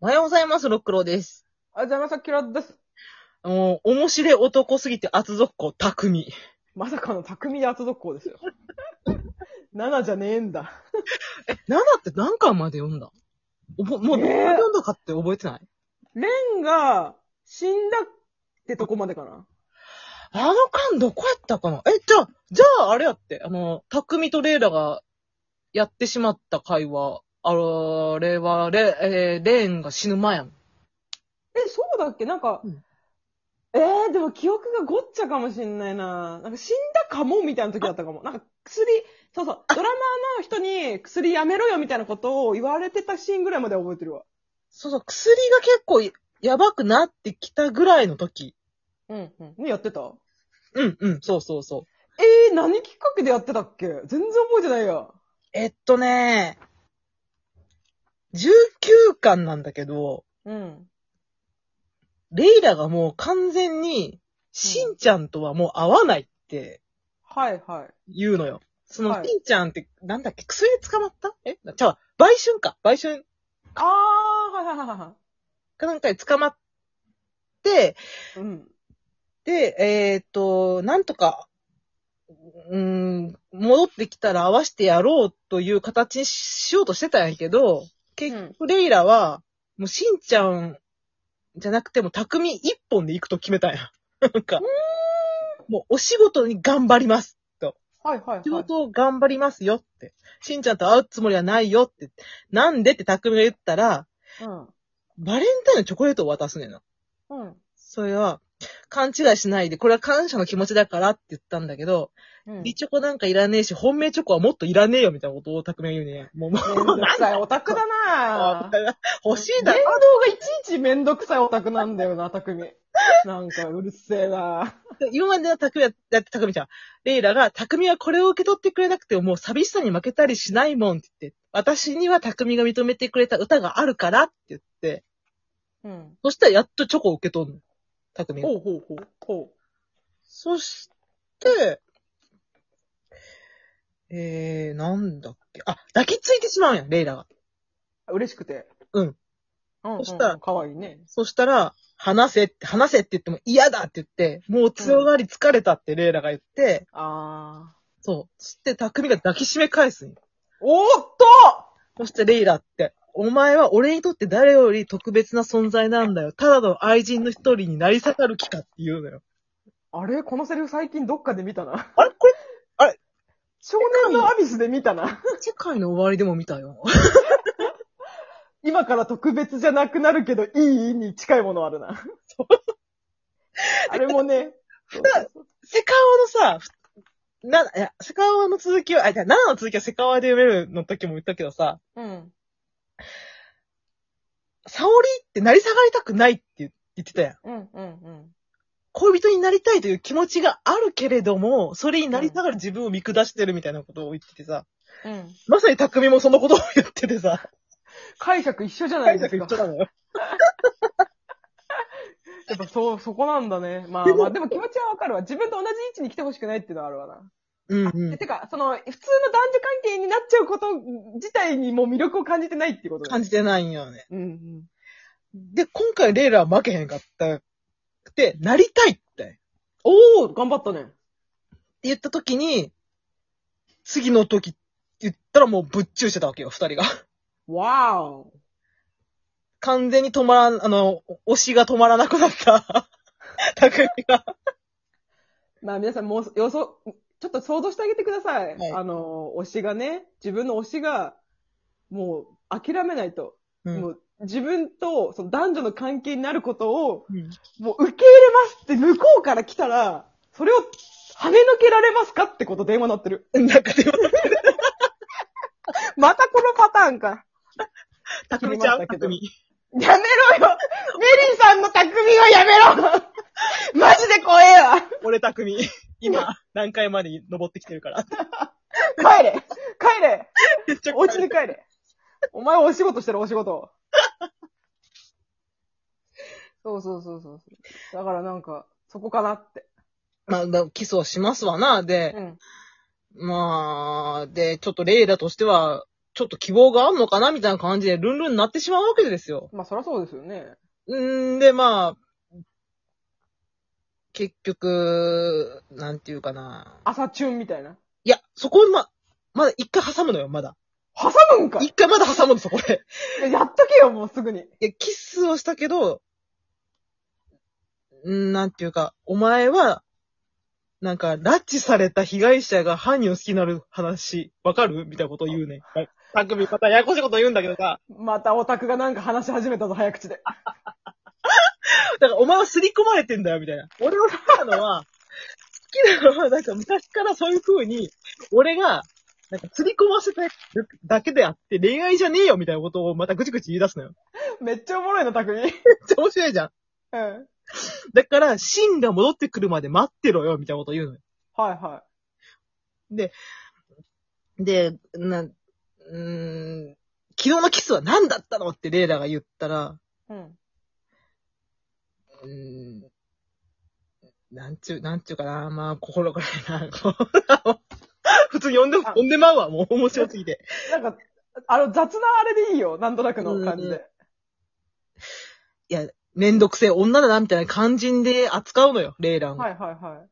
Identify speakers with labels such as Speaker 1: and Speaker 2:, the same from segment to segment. Speaker 1: おはようございます、ロックローです。
Speaker 2: ありがとうございます、キラです。
Speaker 1: もう、面白い男すぎて厚底、匠。
Speaker 2: まさかの匠で厚続行ですよ。7じゃねえんだ。
Speaker 1: 7って何巻まで読んだおぼもう、
Speaker 2: えー
Speaker 1: どこまで読んだかって覚えてない、
Speaker 2: レンが死んだってとこまでかな。
Speaker 1: あの間どこやったかなえ、じゃあ、じゃああれやって、あの、匠とレイラがやってしまった会話、あれは、レ、えーレーンが死ぬ前やん。
Speaker 2: え、そうだっけなんか、
Speaker 1: うん
Speaker 2: えー、でも記憶がごっちゃかもしんないな。なんか死んだかもみたいな時だったかも。なんか薬、そうそう、ドラマーの人に薬やめろよみたいなことを言われてたシーンぐらいまでは覚えてるわ。
Speaker 1: そうそう、薬が結構いやばくなってきたぐらいの時。
Speaker 2: うん、うん。ね、やってた
Speaker 1: うん、うん、そうそうそう。
Speaker 2: えー、何きっかけでやってたっけ全然覚えてないや。
Speaker 1: えっとね、19巻なんだけど、
Speaker 2: うん。
Speaker 1: レイラがもう完全に、しんちゃんとはもう会わないって
Speaker 2: はい、はい。
Speaker 1: 言うのよ。その、
Speaker 2: はい
Speaker 1: しんちゃんって、なんだっけ、薬で捕まったえちゃうわ、売春か。売春
Speaker 2: あー、はい、はい、はい、は
Speaker 1: かなんかで捕まって、
Speaker 2: い。うん。
Speaker 1: で、えーっ、と、なんとか、うーん、戻ってきたら会わしてやろうという形にしようとしてたんやけど、結局レイラは、もうしんちゃんじゃなくても匠一本で行くと決めたんや。 なんか、もうお仕事に頑張ります。
Speaker 2: はいはいはい。
Speaker 1: 仕事を頑張りますよって。しんちゃんと会うつもりはないよって。なんでって匠が言ったら、バレンタインのチョコレートを渡すねんな。
Speaker 2: うん。うん。
Speaker 1: それは、勘違いしないで、これは感謝の気持ちだからって言ったんだけど、
Speaker 2: うん。
Speaker 1: リチョコなんかいらねえし、本命チョコはもっといらねえよみたいなことを匠が言うね。もう、も
Speaker 2: めんどくさいオタクだなぁ。
Speaker 1: う、 欲しいだ
Speaker 2: 言
Speaker 1: ろ。
Speaker 2: 動がいちいちめんどくさいオタクなんだよな、匠。なんかうるせえな
Speaker 1: 今までの匠は、だって匠ちゃん、レイラが、匠はこれを受け取ってくれなくても、もう寂しさに負けたりしないもんって言って、私には匠が認めてくれた歌があるからって言って、
Speaker 2: うん。
Speaker 1: そしたらやっとチョコを受け取るの。匠が。
Speaker 2: ほうほうほう。ほ
Speaker 1: そして、えー、なんだっけ。あ、抱きついてしまうんや、レイラが。
Speaker 2: う。嬉しくて。
Speaker 1: うん。
Speaker 2: うん。
Speaker 1: そしたら
Speaker 2: かわいいね。
Speaker 1: そしたら、話せって、話せって言っても嫌だって言って、もう強がり疲れたってレイラが言って、
Speaker 2: あー。
Speaker 1: そう。そして、匠が抱きしめ返すんよ
Speaker 2: おーっ
Speaker 1: そしてレイラって、お前は俺にとって誰より特別な存在なんだよ。ただの愛人の一人になり下がる気かって言うのよ。
Speaker 2: とあれこのセリフ最近どっかで見た な。
Speaker 1: あれこれ、
Speaker 2: 少年のアビスで見たな。
Speaker 1: 世界の終わりでも見たよ。
Speaker 2: 今から特別じゃなくなるけど、いいに近いものあるな。 あれもね。そうそうそう
Speaker 1: セカオワのさ、ふな、いや、セカオワの続きは、あ、じゃあ、7の続きはセカオワで読めるの時も言ったけどさ、
Speaker 2: うん。
Speaker 1: サオリってなり下がりたくないって言ってたやん。
Speaker 2: うん、うん、うん。
Speaker 1: 恋人になりたいという気持ちがあるけれども、それになり下がる自分を見下してるみたいなことを言っててさ、
Speaker 2: うん。
Speaker 1: まさに匠もそのことを言っててさ、
Speaker 2: 解釈一緒じゃない
Speaker 1: 解
Speaker 2: で
Speaker 1: 釈
Speaker 2: す
Speaker 1: 一
Speaker 2: か。
Speaker 1: 緒なのよ。
Speaker 2: やっぱそう、そこなんだね。まあ
Speaker 1: でも
Speaker 2: まあ、でも気持ちはわかるわ。自分と同じ位置に来てほしくないっていうのはあるわな。
Speaker 1: うんうん
Speaker 2: え。てか、その、普通の男女関係になっちゃうこと自体にもう魅力を感じてないっていうことだ
Speaker 1: 感じてないんよね。
Speaker 2: うんうん。
Speaker 1: で、今回レイラは負けへんかったくて、なりたいってって
Speaker 2: おー頑張ったね。
Speaker 1: 言った時に、次の時言ったらもうぶっちゅうしてたわけよ、二人が。
Speaker 2: わーお
Speaker 1: 完全に止まらん、あの、推しが止まらなくなった。 匠が。
Speaker 2: まあ皆さんもう、予想、ちょっと想像してあげてください。
Speaker 1: はい
Speaker 2: あの、推しがね、自分の推しが、もう、諦めないと。
Speaker 1: うん
Speaker 2: もう、自分と、その男女の関係になることを、
Speaker 1: うん
Speaker 2: もう受け入れますって向こうから来たら、それを跳ね抜けられますかってこと電話なってる。
Speaker 1: なんかでも、
Speaker 2: またこのパターンか。
Speaker 1: 匠ちゃん
Speaker 2: 切りましたけど
Speaker 1: 匠。
Speaker 2: やめろよメリーさんの匠はやめろマジで怖えわ
Speaker 1: 俺匠。今、何回まで登ってきてる から。
Speaker 2: 帰れ帰れ
Speaker 1: めっちゃ
Speaker 2: お家に帰れお前お仕事してるお仕事。そうそうそうそうそう。だからなんか、そこかなって。
Speaker 1: まあ、だキスをしますわな。で、
Speaker 2: うん。
Speaker 1: まあ、で、ちょっとレイラとしては、ちょっと希望があんのかなみたいな感じで、ルンルンになってしまうわけですよ。
Speaker 2: まあ、そりゃそうですよね。
Speaker 1: んーで、まあ、結局、なんていうかな。
Speaker 2: 朝チュンみたいな。
Speaker 1: いや、そこ、ま、まだ一回挟むのよ、まだ。
Speaker 2: 挟むんかい
Speaker 1: 一回まだ挟むの、そこで。
Speaker 2: ややっとけよ、もうすぐに。
Speaker 1: いや、キスをしたけど、んーなんていうか、お前は、なんか、拉致された被害者が犯人を好きになる話、わかるみたいなことを言うね。たくみまたややこしいこと言うんだけどさ、
Speaker 2: またオタクがなんか話し始めたぞ、早口で。
Speaker 1: だからお前は刷り込まれてんだよ、みたいな。俺を好きなのは、好きなのは、なんか昔からそういう風に、俺が、なんか刷り込ませてるだけであって、恋愛じゃねえよ、みたいなことをまたぐちぐち言い出すのよ。
Speaker 2: めっちゃおもろいな、タクミ。
Speaker 1: めっちゃ面白いじゃん。
Speaker 2: うん。はい
Speaker 1: だから、シンが戻ってくるまで待ってろよ、みたいなこと言うのよ。
Speaker 2: は
Speaker 1: で、な、うーん、昨日のキスは何だったのってレイラが言ったら、
Speaker 2: い。うん。
Speaker 1: うーん、なんちゅう、なんちゅうかな、まあ、心からいな、こう普通に呼んで、
Speaker 2: あ
Speaker 1: 呼んでまうわ、もう面白すぎて。
Speaker 2: なんか、あの、雑なあれでいいよ、なんとなくの感じで。
Speaker 1: いや、めんどくせえ女だな、みたいな感じで扱うのよ、レイランを。
Speaker 2: はいはいはい。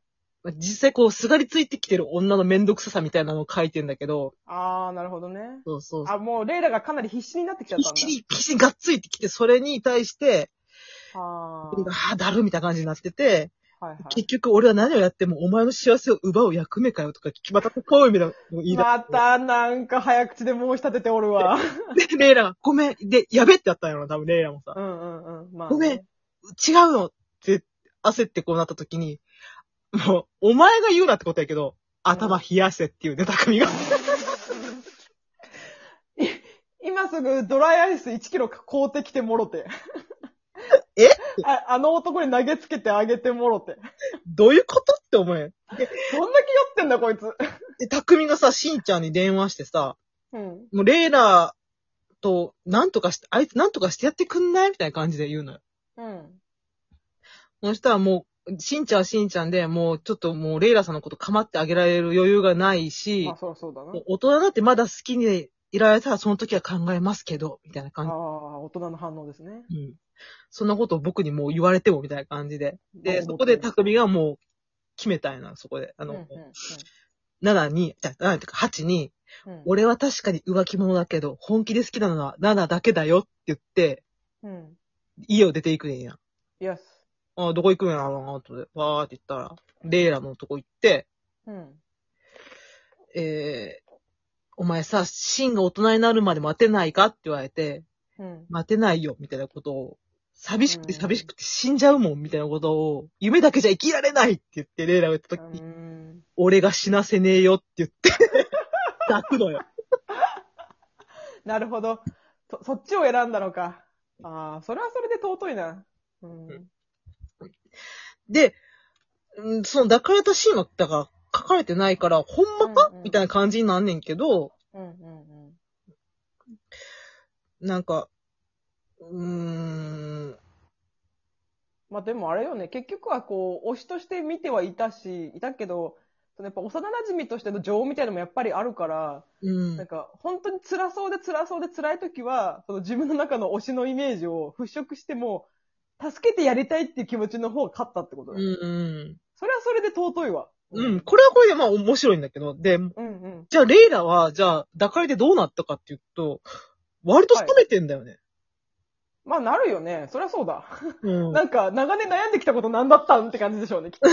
Speaker 1: 実際こう、すがりついてきてる女のめんどくささみたいなのを書いてんだけど、
Speaker 2: あー、なるほどね。
Speaker 1: そうそうそう。
Speaker 2: あ、もう、レイラがかなり必死になってきちゃったんだ
Speaker 1: 必。死に、必死にがっついてきて、それに対して、
Speaker 2: あー。
Speaker 1: ああ、だるみたいな感じになってて、
Speaker 2: はいはい。
Speaker 1: 結局俺は何をやってもお前の幸せを奪う役目かよとか、またこういう意味だ、いいだ。
Speaker 2: また、なんか早口で申し立ててお るわ。
Speaker 1: で、レイラが、ごめん、で、やべってやったんやろな、多分レイラもさ
Speaker 2: う。んうんうん。まあ、
Speaker 1: ごめん。違うのって焦ってこうなった時に、もう、お前が言うなってことやけど、頭冷やせっていうね、匠が。
Speaker 2: 今すぐドライアイス1キロ買うてきてもろて。
Speaker 1: え
Speaker 2: ああの男に投げつけてあげてもろて。
Speaker 1: どういうことって思えん。
Speaker 2: どんだけ酔ってんだこいつ。
Speaker 1: で、匠がさ、しんちゃんに電話してさ、
Speaker 2: うん。
Speaker 1: もうレイラと、なんとかして、あいつなんとかしてやってくんないみたいな感じで言うのよ。
Speaker 2: うん。
Speaker 1: そしたらもう、しんちゃんはしんちゃんで、もうちょっともうレイラさんのこと構ってあげられる余裕がないし
Speaker 2: まあ、そりゃそうだな。
Speaker 1: もう大人だってまだ好きにいられたらその時は考えますけど、みたいな
Speaker 2: あ
Speaker 1: 感
Speaker 2: あ、大人の反応ですね。
Speaker 1: じ。うん。そんなことを僕にもう言われてもみたいな感じで。で、そ
Speaker 2: ど
Speaker 1: う
Speaker 2: 思
Speaker 1: こ
Speaker 2: って
Speaker 1: で
Speaker 2: る
Speaker 1: 匠がもう決めたいな、そこで。あ
Speaker 2: うん
Speaker 1: の、
Speaker 2: う
Speaker 1: 7に、じゃあ7とか8に、
Speaker 2: んうん。
Speaker 1: 俺は確かに浮気者だけど、本気で好きなのは7だけだよって言って、
Speaker 2: うん。
Speaker 1: 家を出ていくねんや。
Speaker 2: イエス。
Speaker 1: あどこ行くんやろうな、とで、わーって言ったら、レイラのとこ行って、
Speaker 2: うん。
Speaker 1: えー、お前さ、シンが大人になるまで待てないかって言われて、
Speaker 2: うん。
Speaker 1: 待てないよ、みたいなことを、寂しくて
Speaker 2: うん
Speaker 1: 寂しくて死んじゃうもん、みたいなことを、夢だけじゃ生きられないって言って、レイラが言った
Speaker 2: う
Speaker 1: 時に、
Speaker 2: ん。
Speaker 1: 俺が死なせねえよって言っ て、泣くのよ。
Speaker 2: なるほど。そ、そっちを選んだのか。ああ、それはそれで尊いな。うん。
Speaker 1: で、うんその抱かれたシーンは、だから、書かれてないから、ほんまか、
Speaker 2: うんうん
Speaker 1: みたいな感じになんねんけど、
Speaker 2: うんうんうん。
Speaker 1: なんか、うーん、
Speaker 2: まあでもあれよね、結局はこう、推しとして見てはいたし、いたけど、そのやっぱ幼馴染としての情みたいなのもやっぱりあるから、
Speaker 1: うん
Speaker 2: なん。か本当に辛そうで辛そうで辛い時は、その自分の中の推しのイメージを払拭しても、助けてやりたいっていう気持ちの方が勝ったってこと
Speaker 1: う
Speaker 2: だ、
Speaker 1: ん、うん。
Speaker 2: それはそれで尊いわ。
Speaker 1: うん、。これはこれでまあ面白いんだけど、で、
Speaker 2: うんうん。
Speaker 1: じゃあ、レイラは、じゃあ、抱かれてどうなったかっていうと、割と冷めてんだよね。
Speaker 2: まあなるよね。そりゃそうだ。
Speaker 1: うん。
Speaker 2: なんか長年悩んできたことなんだったんって感じでしょうね、きっと。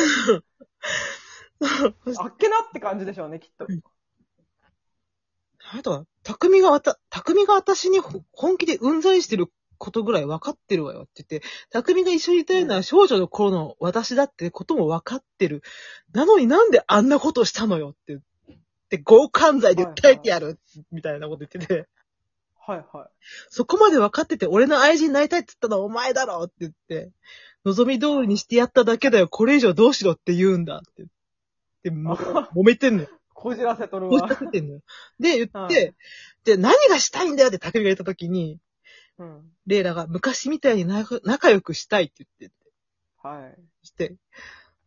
Speaker 2: あっけなって感じでしょうね、きっと。
Speaker 1: あとは、匠がわた、匠が私にほ本気でうんざりしてることぐらい分かってるわよって言って、匠が一緒にいたような少女の頃の私だってことも分かってる。なのになんであんなことしたのよって。で、強姦罪で訴えてやる、みたいなこと言ってて、
Speaker 2: はいはい。
Speaker 1: そこまで分かってて、俺の愛人になりたいって言ったのはお前だろって言って、望み通りにしてやっただけだよ、これ以上どうしろって言うんだって。で、も揉めてんのよ。
Speaker 2: こじらせとる
Speaker 1: こうや
Speaker 2: わ
Speaker 1: っ。てんのよ。で、言って、
Speaker 2: はい
Speaker 1: で、何がしたいんだよって匠が言った時に、
Speaker 2: うん。
Speaker 1: レイラが昔みたいに仲仲良くしたいって言って、
Speaker 2: はい。
Speaker 1: して、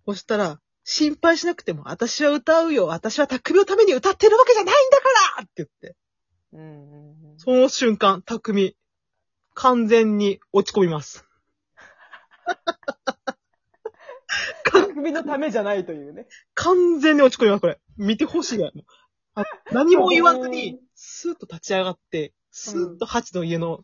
Speaker 1: そしたら、心配しなくても、私は歌うよ、私は匠のために歌ってるわけじゃないんだからって言って、
Speaker 2: うんうんうん。
Speaker 1: その瞬間、匠、完全に落ち込みます。
Speaker 2: 匠のためじゃないというね。
Speaker 1: 完全に落ち込みます、これ。見てほしいぐらい。あ何も言わずに、スーッと立ち上がって、スーッと八の家の、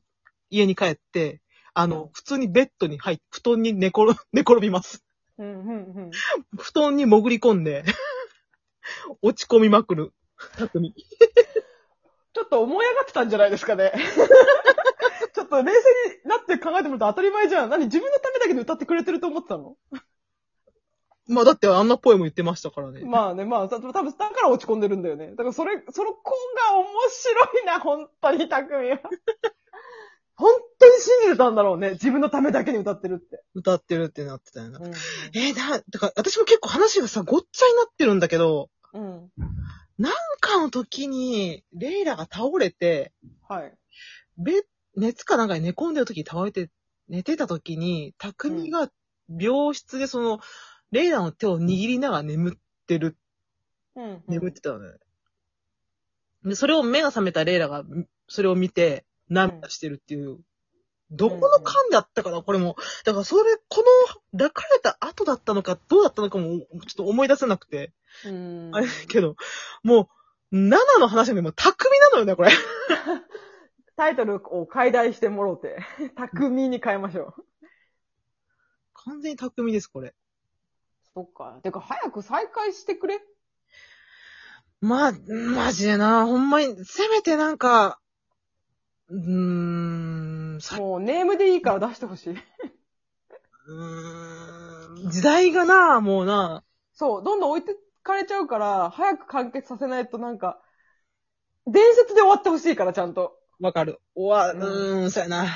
Speaker 1: 家に帰って、あの、
Speaker 2: うん
Speaker 1: 普通にベッドに入って、布団に寝転、 寝転びます。
Speaker 2: うんうん
Speaker 1: 布団に潜り込んで、 落ち込みまくる。匠。
Speaker 2: ちょっと思い上がってたんじゃないですかね。 ちょっと冷静になって考えてみると当たり前じゃん。何自分のためだけで歌ってくれてると思ってたの
Speaker 1: まあだってあんなポエム言ってましたからね。
Speaker 2: まあね、まあ、た多分だから落ち込んでるんだよね。だからそれ、その子が面白いな、本当に、 匠は。本当に信じてたんだろうね。自分のためだけに歌ってるって。
Speaker 1: 歌ってるってなってたよな。えー、だ、だから私も結構話がさ、ごっちゃになってるんだけど、
Speaker 2: うん。
Speaker 1: なんかの時に、レイラが倒れて、
Speaker 2: はい。
Speaker 1: べ、熱かなんかに寝込んでる時に倒れて、寝てた時に、匠が病室でその、レイラの手を握りながら眠ってる、
Speaker 2: うん
Speaker 1: 眠ってたよね。で、それを目が覚めたレイラが、んそれを見て、涙してるっていう。どこの間だったかな、これも。だから、それ、この、抱かれた後だったのか、どうだったのかも、ちょっと思い出せなくて。
Speaker 2: うん
Speaker 1: あれだけど、もう、7の話も今、匠なのよね、これ。
Speaker 2: タイトルを解題してもろうて。 匠に変えましょう。
Speaker 1: 完全に匠です、これ。
Speaker 2: そっか。てか、早く再開してくれ。
Speaker 1: まあ、マジでな、ほんまに、せめてなんか、うーん、さ、
Speaker 2: もう、ネームでいいから出してほしい。
Speaker 1: うーん、時代がな、もうな、
Speaker 2: そう、どんどん置いてかれちゃうから、早く完結させないとなんか、伝説で終わってほしいから、ちゃんと。
Speaker 1: わかる。おわ、う
Speaker 2: うん
Speaker 1: ーん、そうやな。